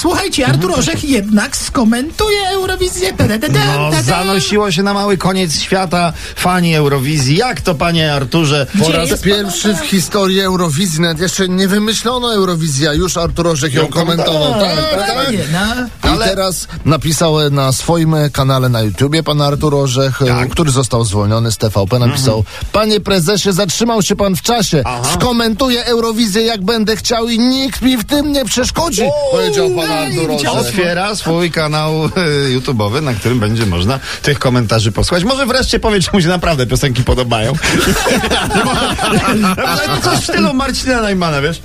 Słuchajcie, Artur Mhm. Orzech jednak skomentuje Eurowizję. Tadadadam, No, tadam. zanosiło się na mały koniec świata fani Eurowizji. Jak to, panie Arturze? Gdzie Po raz jest pierwszy w panowie? historii Eurowizji, nawet jeszcze nie wymyślono Eurowizji, a już Artur Orzech ją komentował. No, Tak, tak, tak. dokładnie, no. I teraz napisał na swoim kanale na YouTubie pan Artur Orzech, e, który został zwolniony z TVP, napisał Panie prezesie, zatrzymał się pan w czasie. Skomentuję Eurowizję jak będę chciał i nikt mi w tym nie przeszkodzi, powiedział pan Artur Orzech. Otwiera swój kanał e, YouTube'owy, na którym będzie można tych komentarzy posłuchać. Może wreszcie powie, czy mu się naprawdę piosenki podobają. No, Coś w stylu Marcina Najmana, wiesz?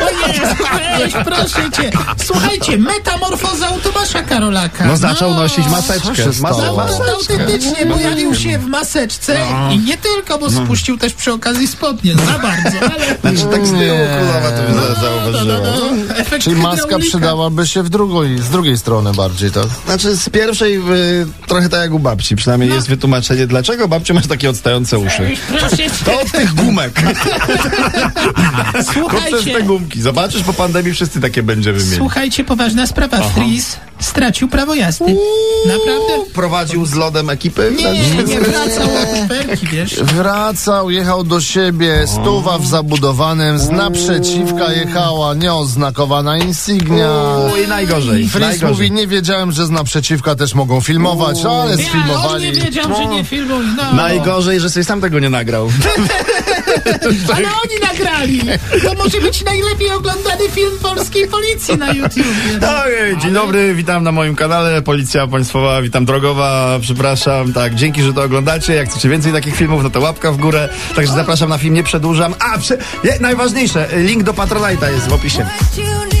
O Jezu, weź, proszę cię. Słuchajcie, metamorfoza u Tomasza Karolaka. No zaczął nosić maseczkę. się stało? Maseczkę. Zauważ, autentycznie No, pojawił się w maseczce i nie tylko, bo spuścił też przy okazji spodnie. Za bardzo, ale... Znaczy tak z tyłu kulawa to bym za- zauważyłem. Efekt Czyli maska hydraulika. przydałaby się w drugoj, z drugiej strony bardziej, tak? Znaczy z pierwszej y, trochę tak jak u babci, przynajmniej jest wytłumaczenie, dlaczego babciu masz takie odstające uszy. Proszę cię, To od tych gumek. Przez te słuchajcie. gumki. Zobaczysz, po pandemii wszyscy takie będziemy mieli. Słuchajcie, poważna sprawa. Fris stracił prawo jazdy. Naprawdę? Prowadził z lodem ekipy? Znaczy, Nie, tak. nie wracał od czwerki, wiesz? Wracał, jechał do siebie, stuwa w zabudowanym, z naprzeciwka jechała nieoznakowana insignia. Uuu, I najgorzej. Fris najgorzej. mówi, nie wiedziałem, że z naprzeciwka też mogą filmować, Ja, ale on nie sfilmowali. wiedział, że nie filmuj. No. Najgorzej, że sobie sam tego nie nagrał. Ale oni nagrali. To może być najlepiej oglądany film polskiej policji na YouTubie. Ojej, Tak, dzień dobry, witam na moim kanale Policja Państwowa, witam drogowa, przepraszam, tak, dzięki, że to oglądacie. Jak chcecie więcej takich filmów, no to łapka w górę. Także zapraszam na film, nie przedłużam. A, prze... nie, najważniejsze, link do Patronite'a jest w opisie. What you need